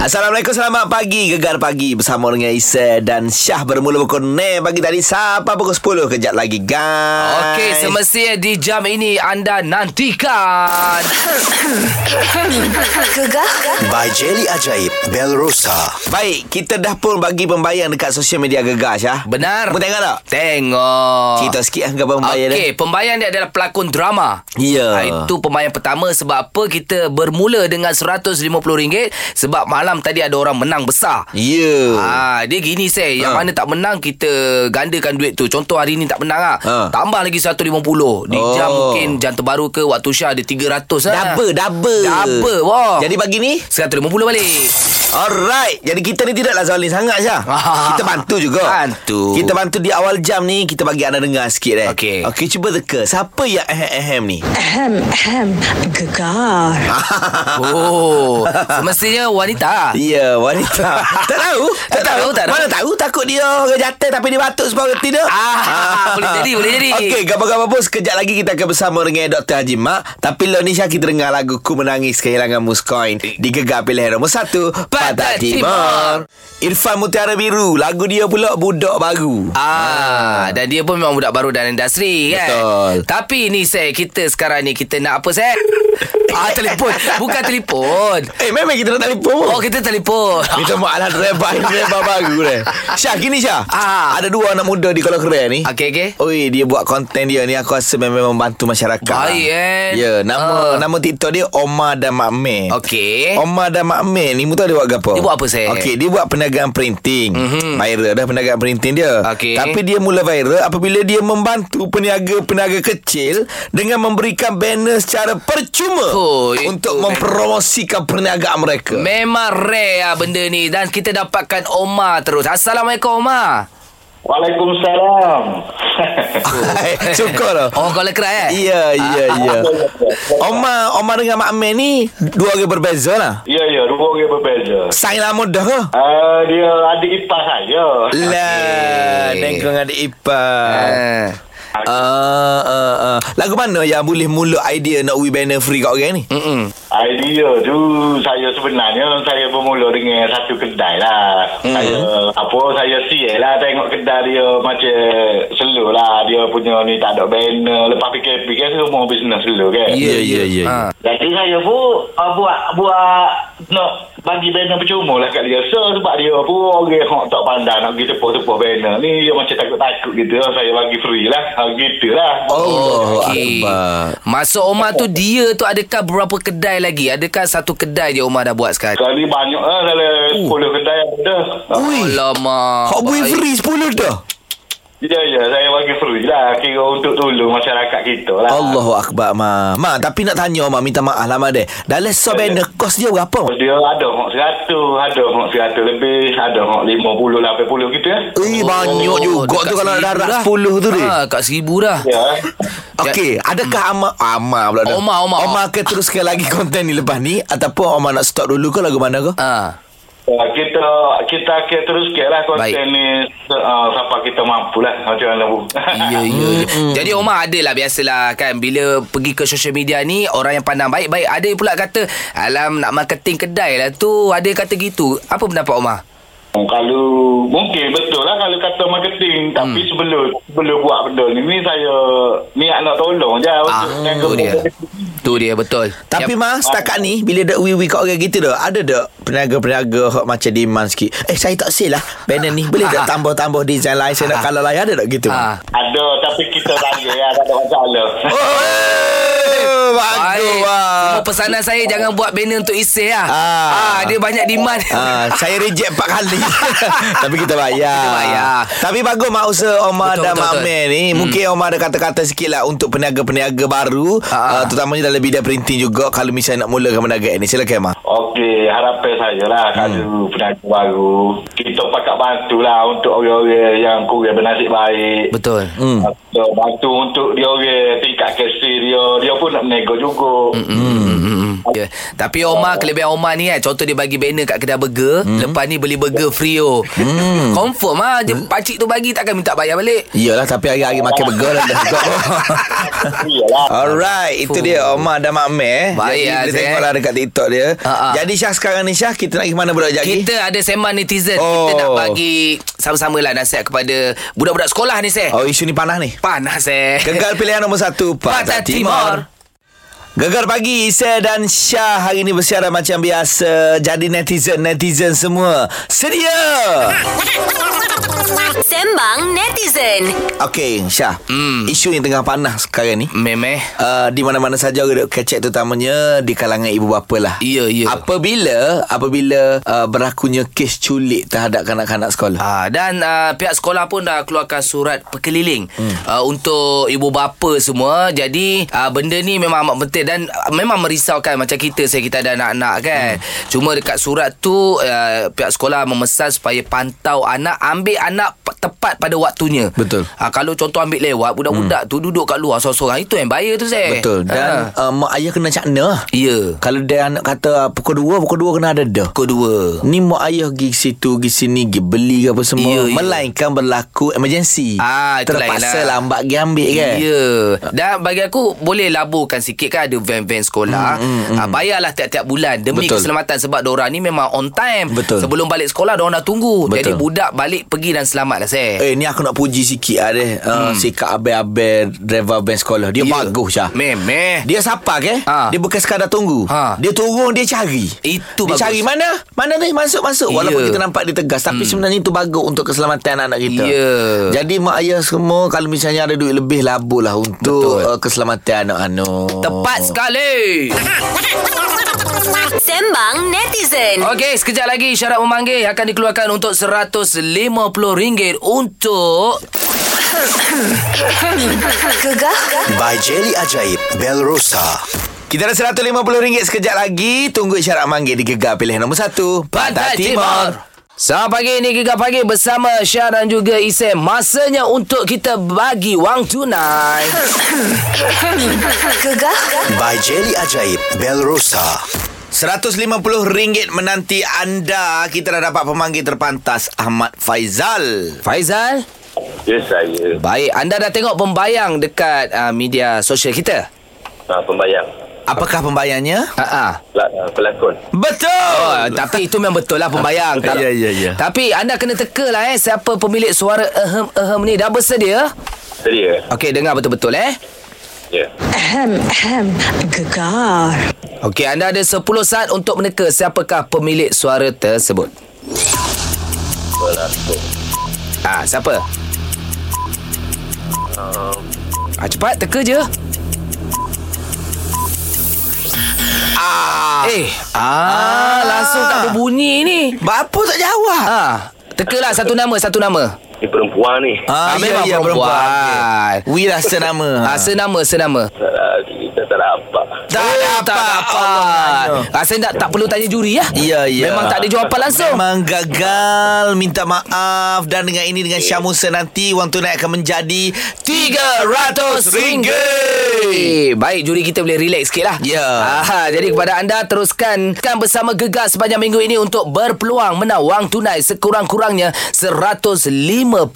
Assalamualaikum, selamat pagi Gegar pagi bersama dengan Isa dan Syah Bermula pukul 9 pagi tadi Sampai pukul 10 kejap lagi guys Okey, semestinya di jam ini anda nantikan. Gegar By Jelly Ajaib Belrosa Baik, kita dah pun bagi pembayang dekat sosial media Gegar Syah Benar. Kamu tengok tak? Tengok. Cerita sikit lah gambar pembayang Okey, pembayang dia adalah pelakon drama. Ya. Ha, itu pembayang pertama sebab apa kita bermula dengan RM150 sebab malam tadi ada orang menang besar. dia Ya Ah, dia gini saya Yang Ha. mana tak menang Kita gandakan duit tu Contoh hari ni tak menang lah Ha. Tambah lagi 150 Di Oh. jam mungkin Jam terbaru ke Waktu Syah ada 300 lah Double, double Double wah. Jadi pagi ni 150 balik Alright Jadi kita ni tidaklah zalim sangat Syah Kita bantu juga Bantu. Kita bantu di awal jam ni Kita bagi anda dengar sikit eh Okey. Okey, cuba teka Siapa yang ehem-ehem ni? Ahem, ahem. Gegar. Oh Semestinya wanita ah. Ya, wanita. tak tahu? Tak tahu, tak tahu. Mana tahu takut dia orang jatuh tapi dia batuk sebab tidak. Ah, boleh jadi, boleh jadi. Okey, gambar-gambar pun sekejap lagi kita akan bersama dengan Dr. Haji Mak. Tapi lo ni Syah kita dengar lagu Ku Menangis Kehilangan Muskoin di Gegar Pilihan Nombor 1 Pantai Pantai Timur. Irfan Mutiara Biru, lagu dia pula Budak Baru. Ah, dan dia pun memang budak baru dalam industri kan. Betul. Tapi ni saya kita sekarang ni kita nak apa saya? ah telefon, bukan telefon. Eh, memang kita nak telefon. pun. Oh kita telefon. Kita buat alat rebah Rebah baru ni Syah gini Syah Ah. Ada dua anak muda di Kuala Keren ni Okey okey. Oi, dia buat konten dia ni aku rasa memang membantu masyarakat. Baik, eh. Ya, yeah, nama Ah. nama TikTok dia Omar dan Mak Meh. Okey. Omar dan Mak Meh ni mu tahu dia buat apa? Dia buat apa, Syed? Okey, dia buat perniagaan printing. Mm-hmm. Viral dah perniagaan printing dia. Okey. Tapi dia mula viral apabila dia membantu peniaga-peniaga kecil dengan memberikan banner secara percuma Oh, itu untuk memang- mempromosikan perniagaan mereka. Memang rare lah benda ni Dan kita dapatkan Omar terus Assalamualaikum Omar Waalaikumsalam. Hai, Syukur lah. Oh kau lekerat eh Ya, ya, ya. Omar, Omar dengan Mak Meh ni dua orang berbeza lah. ya, ya. Dua orang berbeza. Sang lama dah ke? Uh, dia adik ipar saya. Lah, Okey. tengok ada Ipah. Ah. Ah, ah, ah. Lagu mana yang boleh mula idea nak we banner free kat orang ni? Mm-mm. Idea Ah, tu saya sebenarnya saya bermula dengan satu kedai lah. Hmm. Mm-hmm. Saya apa saya sial lah tengok kedai dia macam slow lah. Dia punya ni tak ada banner. Lepas PKP kan semua bisnes slow kan. Ya, ya, ya. Ah. Jadi saya pun uh, buat buat nak bagi banner percuma lah kat dia. So sebab dia pun orang hok tak pandai nak pergi tepuk-tepuk banner ni dia macam takut-takut gitu. Saya bagi free lah. Ha, gitu lah. Oh, Okey. akbar. Masuk Omar tu Dia tu adakah berapa kedai lagi Adakah satu kedai je Omar dah buat sekarang Kali banyak lah dalam 10 kedai Ah, ada. Ui. Alamak Hak boleh Baik. free 10 dah. Ya, ya. Saya bagi free lah. Kira untuk tolong masyarakat kita lah. Allahu akbar, Ma. Ma, tapi nak tanya Omar, minta maaf lah, Ma deh. Dalam so banner kos dia berapa? Ma? Dia ada hok 100, ada hok 100 lebih, ada hok 50, 80 gitu ya. Eh, banyak Oh, juga tu kalau nak darat 10 tu deh. ha, Kat seribu dah Ya. Okey, adakah Amar Ah, Amar pula dah. Hmm. Omar, Omar. Omar akan teruskan lagi konten ni lepas ni ataupun Omar nak stop dulu ke lagu mana ke? ha. Uh, kita kita akan teruskan lah konten Baik. ni uh, sampai kita mampu lah macam mana pun. Ya, ya, ya. Jadi Omar ada lah biasalah kan Bila pergi ke social media ni Orang yang pandang baik-baik Ada yang pula kata Alam nak marketing kedai lah tu Ada yang kata gitu Apa pendapat Omar? Oh, kalau mungkin betul lah kalau kata Hmm. marketing tapi sebelum sebelum buat benda ni ni saya niat nak tolong je kan Ah, tu dia Tu dia betul Tapi Yang- Ma, setakat ni bila dah wiwi kat orang gitu dah, ada dah peniaga-peniaga hok macam demand sikit. Eh, saya tak sale lah banner ni. Boleh Ah, tak tambah-tambah design lain saya nak kalau lain ada tak gitu? ha. Ma? ada tapi kita raya ya tak ada masalah. Oh, bagus Baik Ma. Semua pesanan saya Jangan buat banner untuk isi lah Ah. ah Dia banyak demand Ah, saya reject empat kali Tapi kita bayar Kita bayar. Tapi bagus mak usaha Omar Betul, dan betul, Hmm. Mak betul. Mel ni Mungkin Omar ada kata-kata sikit lah Untuk peniaga-peniaga baru Ah. uh, Terutamanya dalam bidang printing juga Kalau misalnya nak mulakan perniagaan ni Silakan Mak Okey, harapan saya Hmm. lah kalau pedagang baru kita pakat bantulah untuk orang-orang yang kurang bernasib baik. Betul Ah, Hmm. Bantu untuk dia orang tingkat kesi dia. Dia pun nak menego juga. Hmm. Hmm. Ya. Tapi Omar kelebihan Omar ni kan contoh dia bagi banner kat kedai burger, hmm. lepas ni beli burger free oh. Hmm. Confirm ah dia pakcik tu bagi takkan minta bayar balik. Iyalah tapi Oh. hari-hari makan burger lah dah juga. Iyalah. Ah. Alright, itu dia Omar dan Mak Meh. Baik, Jadi Aziz, kita eh. tengoklah dekat TikTok dia. Ha, ha. Jadi Syah sekarang ni Syah, kita nak pergi mana budak lagi? Kita ada sembang netizen Kita Oh. nak bagi Sama-sama lah nasihat kepada Budak-budak sekolah ni Seh Oh, isu ni panas ni. Panas Seh Gegar pilihan nombor satu Pantai Pantai Timur. Timur. Gegar pagi Isa dan Syah hari ini bersiaran macam biasa. Jadi netizen-netizen semua. Sedia. Sembang netizen. Okey, Syah. Hmm. Isu yang tengah panas sekarang ni. Memeh Uh, di mana-mana saja orang duduk kecek terutamanya di kalangan ibu bapa lah. Ya, ya. Apabila apabila uh, berlakunya kes culik terhadap kanak-kanak sekolah. Ah, dan ah, pihak sekolah pun dah keluarkan surat perkeliling hmm. ah, untuk ibu bapa semua. Jadi ah, benda ni memang amat penting dan ah, memang merisaukan macam kita saya kita ada anak-anak kan. Hmm. Cuma dekat surat tu ah, pihak sekolah memesan supaya pantau anak ambil anak p- tepat pada waktunya. Betul. Ah, kalau contoh ambil lewat budak-budak hmm. tu duduk kat luar seorang-seorang itu yang bahaya tu saya. Betul. Dan uh, mak ayah kena cakna. ah. ya. Kalau dia anak kata ah, pukul 2, pukul 2 kena ada dah. Kedua. Ni mak ayah pergi situ, pergi sini, pergi beli ke apa semua. Ya, ya. Melainkan berlaku emergency. Ah, itu Terpaksa lain lah. lambat pergi ambil kan. Ya yeah. Dan bagi aku Boleh laburkan sikit kan Ada van-van sekolah mm, mm, mm. Bayarlah tiap-tiap bulan Demi Hmm, Betul. Betul. keselamatan Sebab diorang ni memang on time Betul. Sebelum balik sekolah Diorang dah tunggu Betul. Jadi budak balik Pergi dan selamat lah saya Eh ni aku nak puji sikit lah deh uh, Sikap abel-abel Driver van sekolah Dia Hmm. Ya. bagus Syah Memeh Dia sapa ke? Ha. Ha. Dia bukan sekadar tunggu. Ha. Dia turun, dia cari. Itu dia bagus. cari mana? Mana ni? Masuk, masuk. Ya. Walaupun kita nampak dia tegas. Tapi hmm. sebenarnya itu bagus untuk keselamatan anak-anak kita. Ya. Jadi mak ayah semua kalau misalnya ada duit lebih labur lah untuk Betul. uh, keselamatan anak-anak. Tepat sekali Sembang netizen. Okey, sekejap lagi syarat memanggil akan dikeluarkan untuk RM150 untuk Gegar By Jelly Ajaib Bell Rosa Kita ada RM150 sekejap lagi. Tunggu isyarat manggil di Gegar pilihan nombor 1. Pantai Timur. Selamat pagi ni Giga Pagi bersama Syah dan juga Isam. Masanya untuk kita bagi wang tunai. Gegar By Jelly Ajaib Bell Rosa RM150 menanti anda. Kita dah dapat pemanggil terpantas Ahmad Faizal. Faizal, Ya saya baik anda dah tengok pembayang dekat uh, media sosial kita? ah, pembayang. Apakah pembayarnya? Ha ah. La- ah, pelakon. Betul. Oh, tapi itu memang betul lah pembayang. Ya, Tak- ya, ya. Tapi anda kena teka lah eh siapa pemilik suara ehem-ehem ni dah bersedia? Seria. Okey, dengar betul-betul eh. Ya. Ahem, ahem, gegar. Okey, anda ada 10 saat untuk meneka siapakah pemilik suara tersebut. Ah, siapa? Ah, cepat teka je. Ah. Eh, ah, langsung tak berbunyi ni. Bapa tak jawab. Ah, tekalah satu nama, satu nama. Ni perempuan ni. Ah, memang ya, ya, perempuan. Okey. We rasa nama. Ha, Ah, senama, senama. Ah, Kita tak dapat. tak Eh, ada tak apa-apa. dapat. Rasanya tak, tak perlu tanya juri ya. Ya, ya. Memang tak ada jawapan langsung. Memang gagal Minta maaf Dan dengan ini Dengan Syah Musa nanti Wang tunai akan menjadi RM300 Eh, baik juri kita boleh relax sikit lah Ya. Aha, Jadi kepada anda Teruskan kan bersama Gegar sepanjang minggu ini Untuk berpeluang menang wang tunai Sekurang-kurangnya RM150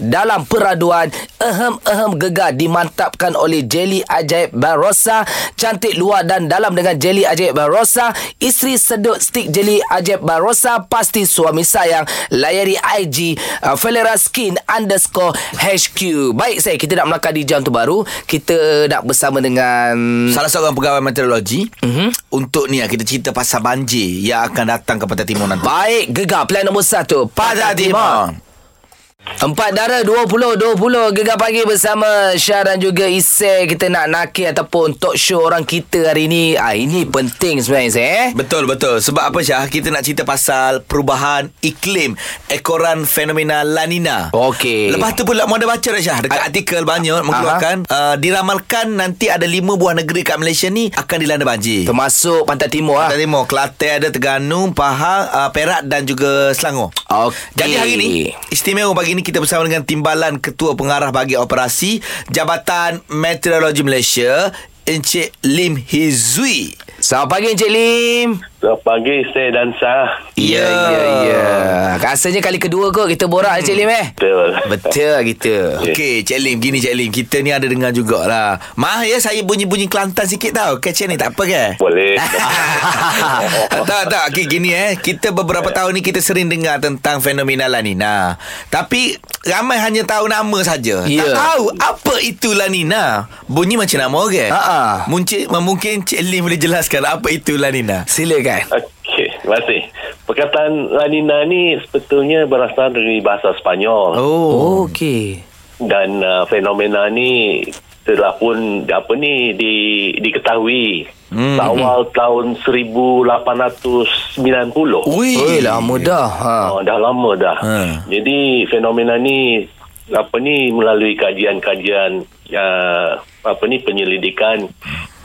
Dalam peraduan Ehem-ehem Gegar Dimantapkan oleh Jelly Ajaib Barossa Cantik luar dan dalam dengan Jelly Ajaib Barossa Isteri sedut stik Jelly Ajaib Barossa Pasti suami sayang Layari IG uh, Felera Skin underscore HQ Baik saya kita nak melangkah di jam tu baru Kita nak bersama dengan Hmm. Salah seorang pegawai meteorologi Mhm. mm-hmm. Untuk ni lah, Kita cerita pasal banjir Yang akan datang ke Pantai Timur nanti Baik, gegar plan nombor satu Pantai Timur Empat dara 20-20 Gegar pagi bersama Syah dan juga Isai Kita nak nakir ataupun talk show orang kita hari ni ah, Ini penting sebenarnya Isai eh? Betul betul sebab apa Syah kita nak cerita pasal perubahan iklim ekoran fenomena La Nina. Okey. Lepas tu pula mau ada baca dah Syah dekat Ah. artikel banyak mengeluarkan uh, diramalkan nanti ada lima buah negeri kat Malaysia ni akan dilanda banjir. Termasuk Pantai Timur lah Pantai Timur, Kelantan ada Terengganu, Pahang, uh, Perak dan juga Selangor. Okey. Jadi hari ni istimewa pagi ni kita bersama dengan Timbalan Ketua Pengarah Bagi Operasi Jabatan Meteorologi Malaysia Encik Lim Hizui. Selamat pagi Encik Lim. Selamat pagi saya dan Sah. Ya, ya, ya. Rasanya kali kedua kot kita borak Encik Lim eh. Betul. Hmm. Betul kita. Okey, Cik Lim. Gini Cik Lim. Kita ni ada dengar jugalah. Mah ya saya bunyi-bunyi Kelantan sikit tau. Okey Cik ni tak apa ke? Boleh. tak tak okay, gini eh kita beberapa tahun ni kita sering dengar tentang fenomena La Nina tapi ramai hanya tahu nama saja tak Ya. tahu apa itu La Nina bunyi macam nama orang Ha, ha. mungkin mungkin Cik Lim boleh jelaskan apa itu La Nina Silakan. Okey, terima kasih. Perkataan La Nina ni sebetulnya berasal dari bahasa Sepanyol oh, Oh, okey. dan uh, fenomena ni telah pun apa ni di diketahui hmm. awal tahun 1890. Ui. Oi, lama dah. Ha. Oh, dah lama dah. Ha. Jadi fenomena ni apa ni melalui kajian-kajian uh, apa ni penyelidikan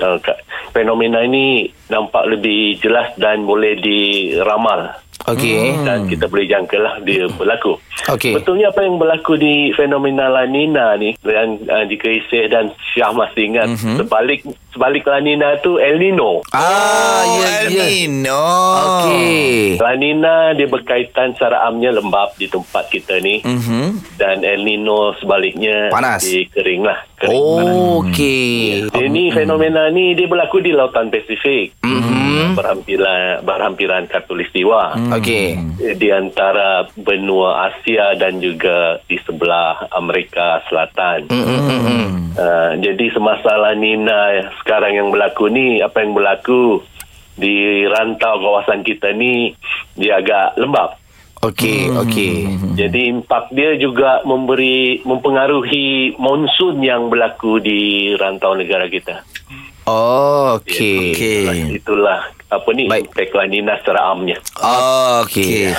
uh, ka- fenomena ini nampak lebih jelas dan boleh diramal Okey. eh. Hmm. dan kita boleh jangkalah dia berlaku. Okey. Betulnya apa yang berlaku di fenomena La Nina ni yang uh, jika Isih dan Syah masih ingat Mhm. mm-hmm. sebalik sebalik La Nina tu El Nino. Ah, oh, El ya, ya. Nino Okey. La Nina dia berkaitan secara amnya lembab di tempat kita ni mm-hmm. dan El Nino Mhm. sebaliknya Panas. dia kering lah kering. Oh, Mhm. okey. Dia ni fenomena ni dia berlaku di lautan Pasifik Mhm. mm-hmm. berhampiran berhampiran khatulistiwa mm. Okey. di antara benua Asia dan juga di sebelah Amerika Selatan. Mm, Mm-hmm. Uh, jadi semasa La Nina sekarang yang berlaku ni apa yang berlaku di rantau kawasan kita ni dia agak lembab. Okey, okey. Jadi impak dia juga memberi mempengaruhi monsun yang berlaku di rantau negara kita. Oh, okey. Okey. Itulah apa ni Baik. impact La Nina secara amnya. Ah, Okey.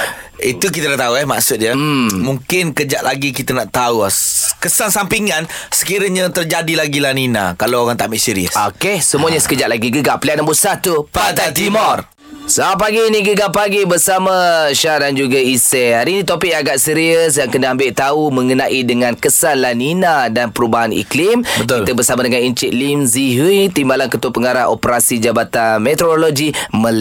Itu kita dah tahu eh maksud dia. Hmm. Mungkin kejap lagi kita nak tahu ah, s- kesan sampingan sekiranya terjadi lagi La Nina kalau orang tak ambil serius. Okey, semuanya sekejap lagi gegar pilihan nombor satu Pantai Timur. Selamat pagi ni Gegar Pagi bersama Syah dan juga Isai Hari ini topik agak serius yang kena ambil tahu mengenai dengan kesan La Nina dan perubahan iklim Betul. Kita bersama dengan Encik Lim Zihui, Timbalan Ketua Pengarah Operasi Jabatan Meteorologi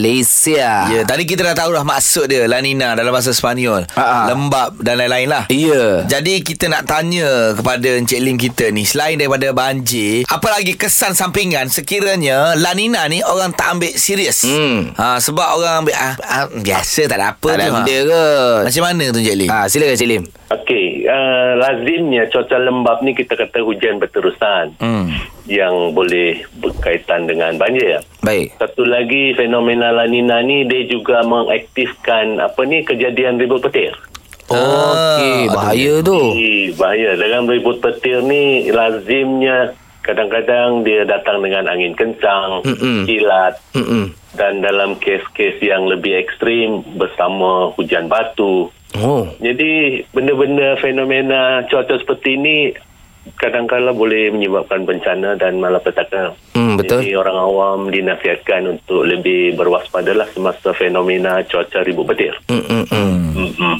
Malaysia Ya, tadi kita dah tahu dah maksud dia La Nina dalam bahasa Sepanyol. Ha, ha. Lembab dan lain-lain lah. Ya. Jadi kita nak tanya kepada Encik Lim kita ni Selain daripada banjir Apa lagi kesan sampingan Sekiranya La Nina ni orang tak ambil serius Hmm. ha, Sebab orang ambil ah, ah, Biasa tak ada apa Tak ada tu, ha. benda ke Macam mana tu Encik Lim? ha, Silakan Encik Lim Okey, uh, lazimnya cuaca lembab ni kita kata hujan berterusan hmm. yang boleh berkaitan dengan banjir. Baik Satu lagi fenomena La Nina ni dia juga mengaktifkan apa ni kejadian ribut petir. Okey, bahaya tu Eh, bahaya. Dengan ribut petir ni lazimnya kadang-kadang dia datang dengan angin kencang, Mm-mm. kilat Mm-mm. dan dalam kes-kes yang lebih ekstrim bersama hujan batu. Oh Jadi benda-benda fenomena cuaca seperti ini kadang-kala boleh menyebabkan bencana dan malapetaka. Hmm, betul. Jadi orang awam dinasihatkan untuk lebih berwaspadalah semasa fenomena cuaca ribut petir. mm, mm, mm. Mm-hmm.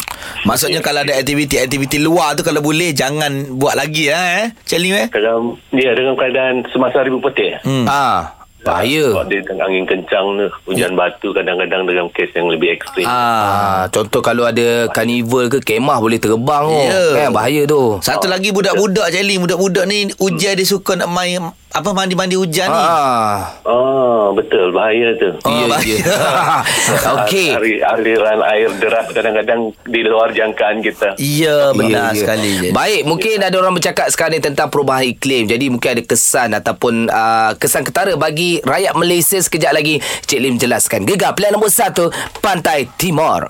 Maksudnya kalau ada aktiviti-aktiviti luar tu Kalau boleh jangan buat lagi lah eh Encik Lim eh Kalau dia ya, dengan keadaan semasa ribut petir. Hmm. Ah, Sebab bahaya. dia dengan angin kencang ni, hujan batu kadang-kadang dengan kes yang lebih ekstrim. Ya. Ah, contoh kalau ada karnival ke kemah boleh terbang oh. Ya. Yeah. Kan bahaya tu. Satu lagi budak-budak Encik Lim Budak-budak ni ujian dia suka nak main Apa mandi-mandi hujan ni Ah. Oh, betul bahaya tu. Oh, Ya, bahaya. ya. Okey. Ari- Aliran air deras kadang-kadang di luar jangkaan kita. Ya benar Ya, ya. sekali ya. Encik Lim. Baik, mungkin ada orang bercakap sekarang ni tentang perubahan iklim. Jadi mungkin ada kesan ataupun uh, kesan ketara bagi rakyat Malaysia sekejap lagi. Cik Lim jelaskan. Gegar pilihan nombor satu, Pantai Timur.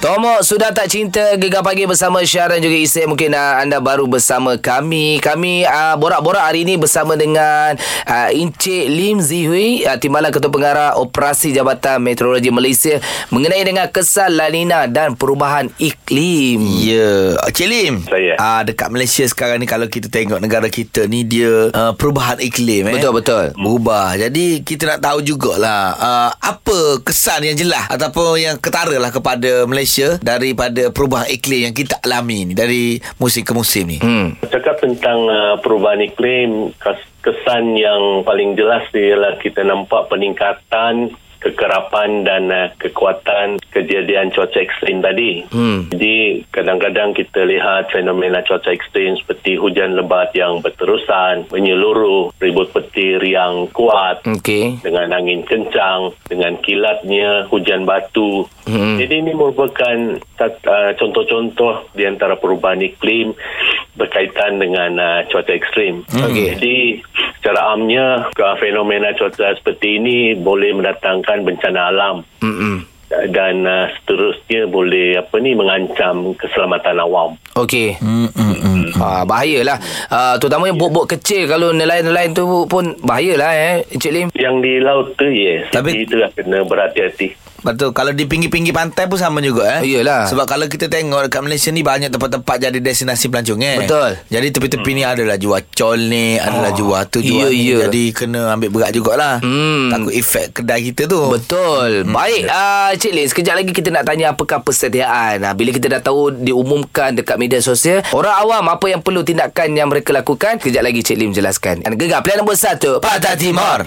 Tomok sudah tak cinta Gegar Pagi bersama Syah dan juga Isik Mungkin uh, anda baru bersama kami Kami uh, borak-borak hari ini bersama dengan uh, Encik Lim Zihui uh, Timbalan Ketua Pengarah Operasi Jabatan Meteorologi Malaysia Mengenai dengan kesan La Nina dan perubahan iklim Ya, Cik Lim. Saya. Ah dekat Malaysia sekarang ni kalau kita tengok negara kita ni dia uh, perubahan iklim eh. Betul, betul. Berubah. Jadi kita nak tahu jugalah uh, apa kesan yang jelas ataupun yang ketara lah kepada Malaysia Malaysia daripada perubahan iklim yang kita alami ni dari musim ke musim ni? Hmm. Cakap tentang uh, perubahan iklim, kes- kesan yang paling jelas ialah kita nampak peningkatan kekerapan dan uh, kekuatan kejadian cuaca ekstrim tadi. Hmm. Jadi kadang-kadang kita lihat fenomena cuaca ekstrim seperti hujan lebat yang berterusan, menyeluruh, ribut petir yang kuat, Okey. dengan angin kencang, dengan kilatnya hujan batu. Hmm. Jadi ini merupakan tat- uh, contoh-contoh di antara perubahan iklim berkaitan dengan uh, cuaca ekstrim. Okey. Jadi secara amnya uh, fenomena cuaca seperti ini boleh mendatangkan bencana alam. Hmm. Dan uh, seterusnya boleh apa ni mengancam keselamatan awam. Okey. Hmm, hmm, hmm. Ha, bahayalah. Uh, terutamanya bot-bot kecil kalau nelayan-nelayan tu pun bahayalah eh Encik Lim. Yang di laut tu yes, Tapi- Tapi, itu lah kena berhati-hati. Lepas tu kalau di pinggir-pinggir pantai pun sama juga eh. Iyalah. Sebab kalau kita tengok dekat Malaysia ni banyak tempat-tempat jadi destinasi pelancong eh. Betul. Ah, Jadi tepi-tepi ni adalah jual col ni, adalah jual tu jual iya, ni. iya. Jadi kena ambil berat jugalah. Hmm. Takut efek kedai kita tu. Betul. Hmm. Baik, uh, Cik Lin, sekejap lagi kita nak tanya apakah persediaan. Uh, bila kita dah tahu diumumkan dekat media sosial, orang awam apa yang perlu tindakan yang mereka lakukan, sekejap lagi Cik Lim jelaskan. Dan Gegar pilihan nombor satu. Pantai Timur.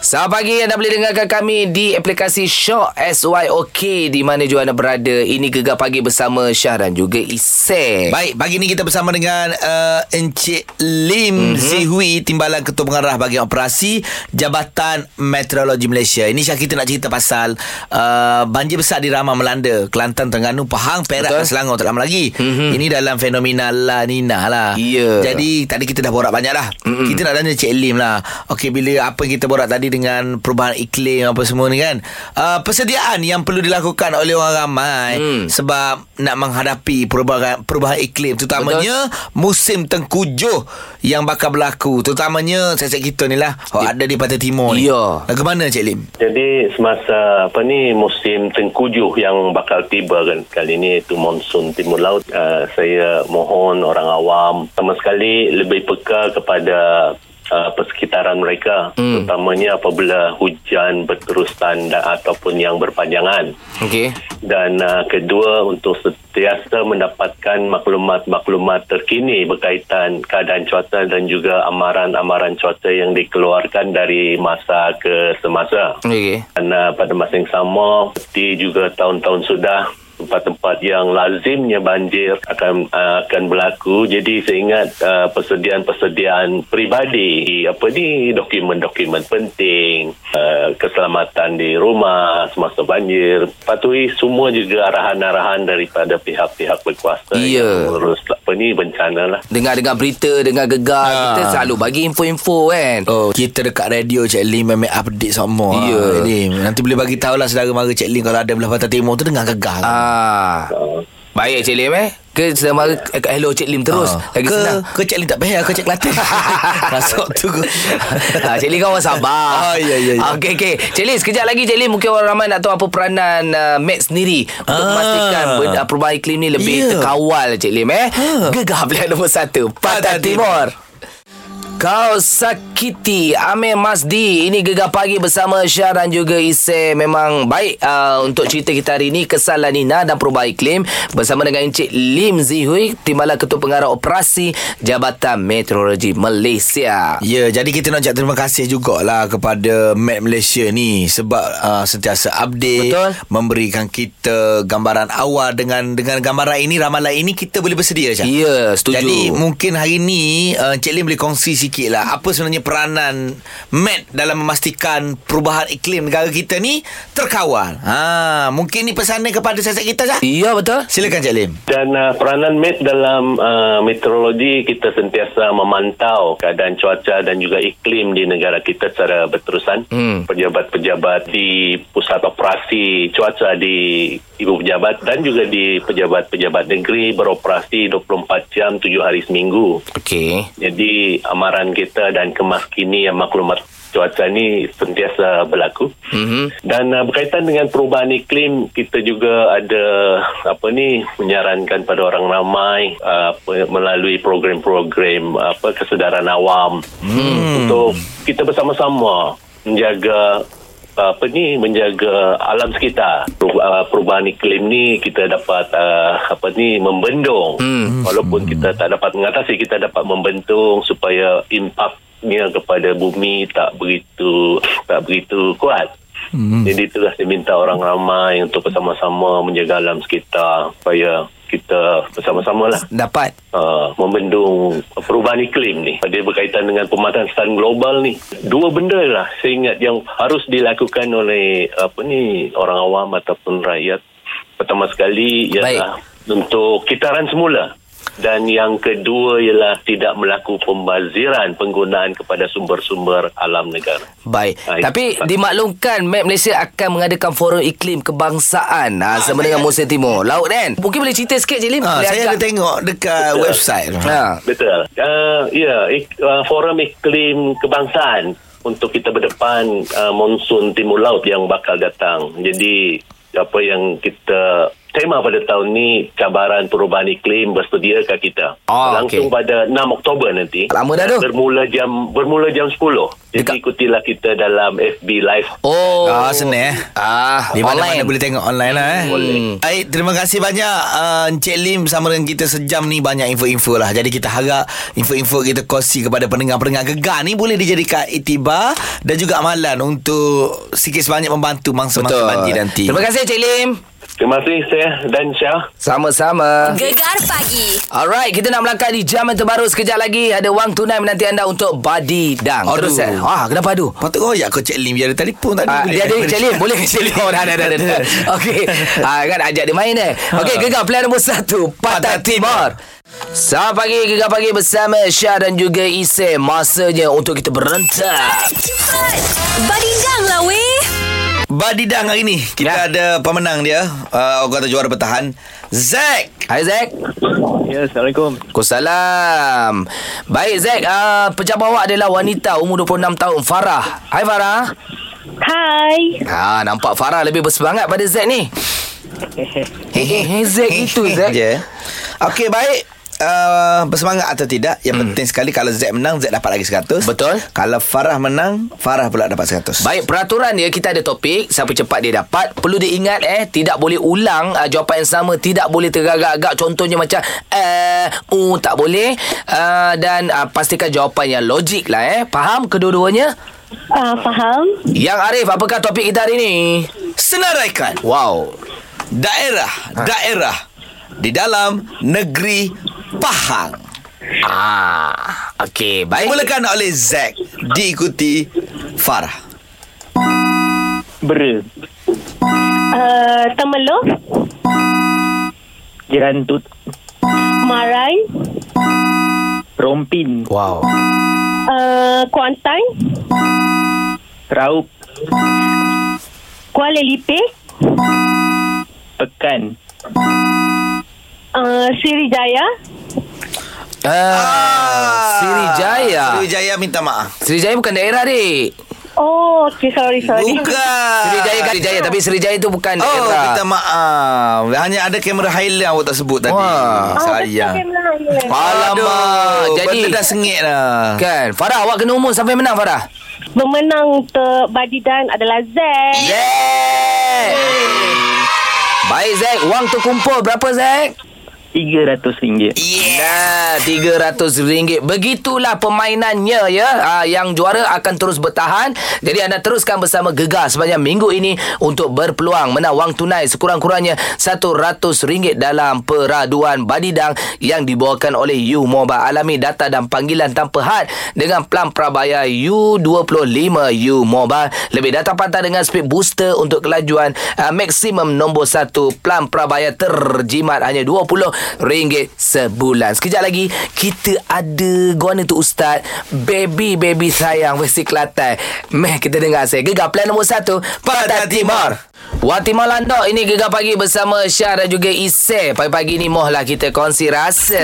Selamat pagi anda boleh dengarkan kami di aplikasi Shock SYOK di mana juga anda berada. Ini Gegar Pagi bersama Syah dan juga Isek. Baik, pagi ni kita bersama dengan uh, Encik Lim mm-hmm. Zihui, Timbalan Ketua Pengarah Bahagian Operasi Jabatan Meteorologi Malaysia. Ini Syah kita nak cerita pasal uh, banjir besar di Rama melanda Kelantan, Terengganu, Pahang, Perak Betul. dan Selangor tak lama lagi. Mm-hmm. Ini dalam fenomena La Nina lah. Ya. Jadi tadi kita dah borak banyak dah. Mm-hmm. Kita nak tanya Encik Lim lah. Okey, bila apa yang kita borak tadi dengan perubahan iklim apa semua ni kan. Uh, persediaan yang perlu dilakukan oleh orang ramai mm. Hmm. sebab nak menghadapi perubahan perubahan iklim terutamanya Betul. musim tengkujuh yang bakal berlaku terutamanya set kita ni lah oh, ada di pantai timur ni. Ya. Lagu mana Cik Lim? Jadi semasa apa ni musim tengkujuh yang bakal tiba kan kali ni itu monsun timur laut uh, saya mohon orang awam sama sekali lebih peka kepada uh, persekitaran mereka hmm. terutamanya apabila hujan berterusan dan ataupun yang berpanjangan Okey. dan uh, kedua untuk sentiasa mendapatkan maklumat-maklumat terkini berkaitan keadaan cuaca dan juga amaran-amaran cuaca yang dikeluarkan dari masa ke semasa Okey. dan uh, pada masa yang sama seperti juga tahun-tahun sudah tempat-tempat yang lazimnya banjir akan uh, akan berlaku jadi saya ingat uh, persediaan-persediaan peribadi apa ni dokumen-dokumen penting uh, keselamatan di rumah semasa banjir patuhi semua juga arahan-arahan daripada pihak-pihak berkuasa Ya. yang urus apa ni bencana lah Dengar-dengar berita, dengar gegar, ha. kita selalu bagi info-info kan. Oh, kita dekat radio Cik Lim memang update semua. Ya. Ha, Lim. Nanti boleh bagi tahulah saudara mara Cik Lim kalau ada belah pantai timur tu dengar gegar. Ha. Ah. Baik Cik Lim eh. Ah. Ke selama eh, hello Cik Lim terus. Lagi Ah. ke, senang. Ke Cik Lim tak payah Ke Cik Kelantan Masuk tu Ah, Cik Lim kau orang sabar Oh, ya, ya, ya. Okey okey. Cik Lim sekejap lagi Cik Lim mungkin orang ramai nak tahu apa peranan uh, Matt sendiri untuk Ah. memastikan ber- uh, perubahan iklim ni lebih Ya. Ha. terkawal Cik Lim eh. Gegar pilihan nombor satu Pantai Pantai Timur. Timur. Kau sakiti Amir Masdi Ini Gegar Pagi bersama Syah dan juga Isay Memang baik uh, untuk cerita kita hari ini Kesal La Nina dan perubahan iklim Bersama dengan Encik Lim Zihui Timbalan Ketua Pengarah Operasi Jabatan Meteorologi Malaysia Ya, jadi kita nak ucap terima kasih jugalah kepada Map Malaysia ni sebab uh, sentiasa update, Betul. memberikan kita gambaran awal dengan dengan gambaran ini ramalan ini kita boleh bersedia Syah. Ya, setuju. Jadi mungkin hari ni uh, Cik Lim boleh kongsi sikit lah apa sebenarnya peranan Map dalam memastikan perubahan iklim negara kita ni terkawal. Ha, mungkin ni pesanan kepada sasaran kita Syah. Ya betul Silakan Cik Lim. Dan uh, peranan MET dalam uh, meteorologi kita sentiasa memantau keadaan cuaca dan juga iklim di negara kita secara berterusan. Hmm. Pejabat-pejabat di pusat operasi cuaca di ibu pejabat dan juga di pejabat-pejabat negeri beroperasi 24 jam 7 hari seminggu. Okey Jadi amaran kita dan kemaskini yang maklumat cuaca ni sentiasa berlaku. Mm-hmm. Dan uh, berkaitan dengan perubahan iklim, kita juga ada apa ni menyarankan pada orang ramai uh, apa, melalui program-program apa kesedaran awam mm. untuk kita bersama-sama menjaga apa ni menjaga alam sekitar. Peru- ah, Perubahan iklim ni kita dapat ah, apa ni membendung. Hmm. Walaupun kita tak dapat mengatasi kita dapat membendung supaya impaknya kepada bumi tak begitu tak begitu kuat. Hmm. Jadi itulah saya minta orang ramai untuk bersama-sama menjaga alam sekitar supaya kita bersama-sama lah Dapat. uh, membendung perubahan iklim ni. Dia berkaitan dengan pemanasan global ni. Dua benda lah saya ingat yang harus dilakukan oleh apa ni orang awam ataupun rakyat. Pertama sekali ialah untuk kitaran semula. Dan yang kedua ialah tidak melakukan pembaziran penggunaan kepada sumber-sumber alam negara. Baik. Baik. Tapi dimaklumkan Map Malaysia akan mengadakan forum iklim kebangsaan ha, sama dengan Musim Timur. Laut kan? Mungkin boleh cerita sikit Cik Lim. Ha, Boleh saya ada agak- tengok dekat Betul. website. Ha. Betul. Uh, ya, ik, uh, forum iklim kebangsaan untuk kita berdepan uh, monsun timur laut yang bakal datang. Jadi apa yang kita tema pada tahun ni cabaran perubahan iklim bersedia ke kita. Ah, Langsung okey. pada 6 Oktober nanti. Lama dah tu. Bermula jam bermula jam 10. Jadi Dekat- ikutilah kita dalam FB live. Oh. Ah, senang eh. Ah, Di mana-mana online. Hmm, boleh tengok online lah eh. Boleh. Baik, terima kasih banyak uh, Encik Lim sama dengan kita sejam ni banyak info-info lah. Jadi kita harap info-info kita kongsi kepada pendengar-pendengar gegar ni boleh dijadikan itibar dan juga amalan untuk sikit sebanyak membantu mangsa-mangsa Betul. banjir nanti. Terima kasih Cik Lim. Terima kasih saya dan Syah. Sama-sama. Gegar pagi. Alright, kita nak melangkah di jam yang terbaru sekejap lagi. Ada wang tunai menanti anda untuk Badi Dang. Aduh. Terus eh. Ah, kenapa aduh? Patut royak kau Cik Lim dia ada telefon tadi. Ah, Boleh. dia ada Cik Lim Boleh ke Cik Lim Oh dah dah dah, dah, dah. Okey ah, Kan ajak dia main eh Ah. Okey gegar pilihan nombor satu Pantai Timur Selamat pagi Gegar pagi bersama Syah dan juga Isay Masanya untuk kita berentak Cepat. Badidang lah weh. Badidang hari ni kita Ya. ada pemenang dia, uh, orang kata juara bertahan, Zack. Hai Zack Ya, Assalamualaikum. Waalaikumsalam Baik Zack uh, Pejabat awak adalah wanita Umur 26 tahun Farah Hai Farah Hai. Ha, nampak Farah lebih bersemangat pada Zack ni Hehehe Zack itu Zack je. Eh, Okey baik. Uh, bersemangat atau tidak Yang hmm. penting sekali Kalau Z menang Z dapat lagi 100 Betul. Kalau Farah menang Farah pula dapat 100 Baik, peraturan dia kita ada topik, siapa cepat dia dapat. Perlu diingat eh, tidak boleh ulang uh, jawapan yang sama, tidak boleh teragak-agak. Contohnya macam eh uh, tak boleh uh, dan uh, pastikan jawapan yang logik lah eh. Faham kedua-duanya? Uh, faham? Yang Arif, apakah topik kita hari ni? Senaraikan Wow. Daerah ha. Daerah Di dalam Negeri Pahang Ah, okey, baik. Mulakan oleh Z Diikuti Farah Bera, Uh, temeluh? jerantut, Marai? rompin, Wow. Uh, Kuantan? raup, Kuala Lipeh? pekan. Uh, Sriwijaya? Uh, Ah. Sriwijaya. Sriwijaya minta maaf Sriwijaya bukan daerah, dik. Oh, okay. Sorry, sorry. Bukan Sriwijaya kan Sriwijaya, tapi Sriwijaya itu bukan Ah. Oh daerah. minta maaf Hanya ada kamera highlight Awak tak sebut tadi Wah. Oh, Sayang betul, Kamila. Ya. Alamak, Aduh, jadi- Benda dah sengit dah Kan Farah awak kena umur Sampai menang Farah Pemenang untuk Badidan adalah Zack. Zack Baik Zack Wang terkumpul Berapa Zack? RM300. Yeah. Nah, RM300 Begitulah permainannya ya ah, Yang juara akan terus bertahan Jadi anda teruskan bersama Gegar Sepanjang minggu ini Untuk berpeluang Menang wang tunai Sekurang-kurangnya RM100 Dalam peraduan Badidang Yang dibawakan oleh You Mobile Alami data dan panggilan tanpa had Dengan plan Prabaya U25 U Mobile Lebih data pantang dengan speed booster Untuk kelajuan ah, maksimum nombor 1 Plan Prabaya terjimat Hanya RM20 sebulan Sekejap lagi Kita ada Guana tu Ustaz Baby Baby Sayang Versi Kelantan Meh kita dengar saya Gegar plan nombor 1 Pantai Timur Wati Malandok Ini Gegar Pagi bersama Syah dan juga Isay Pagi-pagi ni moh lah kita kongsi rasa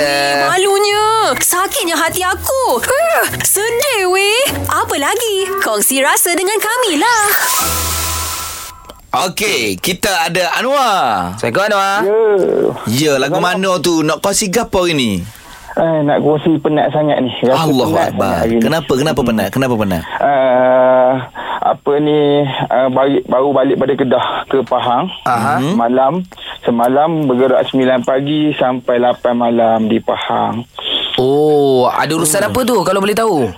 Malunya. Sakitnya hati aku. Uh, sedih weh. Apa lagi? Kongsi rasa dengan kami lah. Okey, kita ada Anwar. Assalamualaikum Anwar Ya, lagu mana tu nak kongsi gapo hari ni? Ah, nak Ah. kongsi penat sangat ni. kan? Rasa Allah penat sangat Akbar. hari ni. Kenapa kenapa penat? Kenapa penat? Ah, apa ni uh, balik, baru balik pada Kedah ke Pahang Hmm. Aha. malam semalam bergerak 9 pagi sampai 8 malam di Pahang Oh, ada urusan apa tu kalau boleh tahu?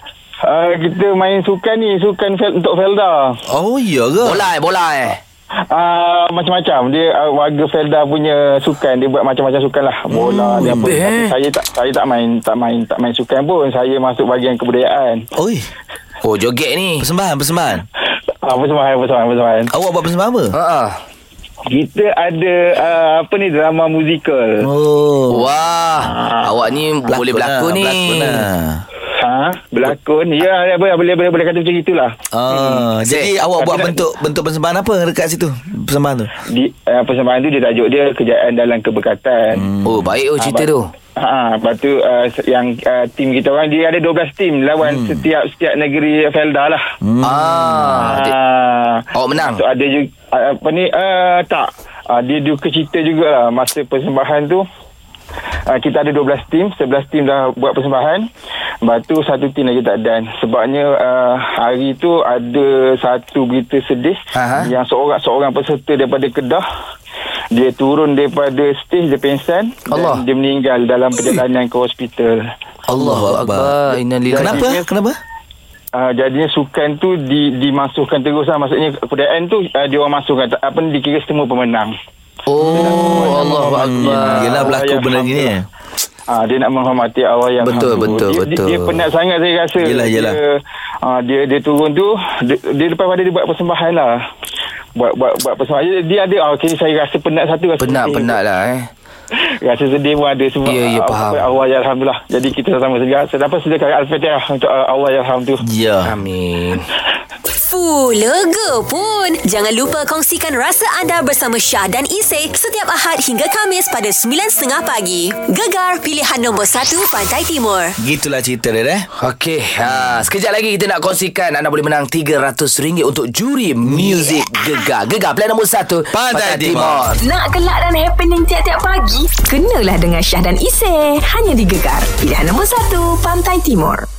uh, kita main sukan ni sukan fel, untuk Felda Oh, ya ke? Bola eh, bola eh. uh, macam-macam dia uh, warga Felda punya sukan dia buat macam-macam sukan lah bola hmm, dia apa best, Tapi eh. saya tak saya tak main tak main tak main sukan pun saya masuk bahagian kebudayaan Oi, Oh, joget ni. persembahan, persembahan. Ah, apa semua apa semua apa semua Awak buat persembahan apa? Ha ah. Kita ada uh, apa ni drama musikal. Oh. Wah, awak ni boleh berlakon ni. Berlakon lah. Ha, berlakon. Ya, boleh boleh boleh, boleh kata macam itulah. Ah, jadi awak buat Tapi- bentuk bentuk persembahan apa dekat situ? Persembahan tu. Di uh, persembahan tu dia tajuk dia kejayaan dalam keberkatan. Oh, baik oh cerita Ah, tu. Ha, lepas tu uh, yang uh, tim kita orang dia ada 12 tim lawan hmm. setiap setiap negeri Felda lah. Hmm. Ah, dia- awak menang? So ada juga uh, apa ni uh, tak. Uh, dia duka cita jugalah masa persembahan tu. Uh, kita ada 12 tim 11 tim dah buat persembahan Lepas tu satu tim lagi tak dan Sebabnya uh, hari tu ada satu berita sedih Aha. Yang seorang seorang peserta daripada Kedah Dia turun daripada stage dia pingsan Allah. Dan dia meninggal dalam perjalanan ke hospital Allahu akbar. Innalillahi. Kenapa? Kenapa? Uh, jadinya sukan tu di, dimasukkan terus lah Maksudnya kebudayaan tu uh, dia orang masukkan Tak- Apa ni dikira semua pemenang Oh, Allahu akbar. Hmm, yelah berlaku Ayah, benda gini eh. Ah dia nak menghormati awal yang Betul, hang tu. betul, dia, betul. Dia, dia penat sangat saya rasa. Yelah, yelah. Dia, ah, dia dia turun tu dia, dia lepas pada dia buat persembahan lah. Buat buat buat persembahan. Dia, dia ada ah, okay, saya rasa penat satu rasa sedih. Penat-penat lah eh. Rasa sedih pun ada semua. Ya, ya, Ah, faham. apa, Awal ya alhamdulillah. Jadi kita sama-sama sedia. Saya dapat sedekah al-Fatihah untuk uh, awal ya alhamdulillah. Ya. Amin. Fuh, lega pun. Jangan lupa kongsikan rasa anda bersama Syah dan Isay setiap Ahad hingga Kamis pada 9.30 pagi. Gegar, pilihan nombor 1 Pantai Timur. Gitulah cerita dia eh. Okey, ha, sekejap lagi kita nak kongsikan anda boleh menang RM300 untuk juri muzik Gegar. Gegar pilihan nombor 1 Pantai Timur. Nak gelak dan happening tiap-tiap pagi? Kenalah dengan Syah dan Isy. Hanya di Gegar. Pilihan nombor 1, Pantai Timur.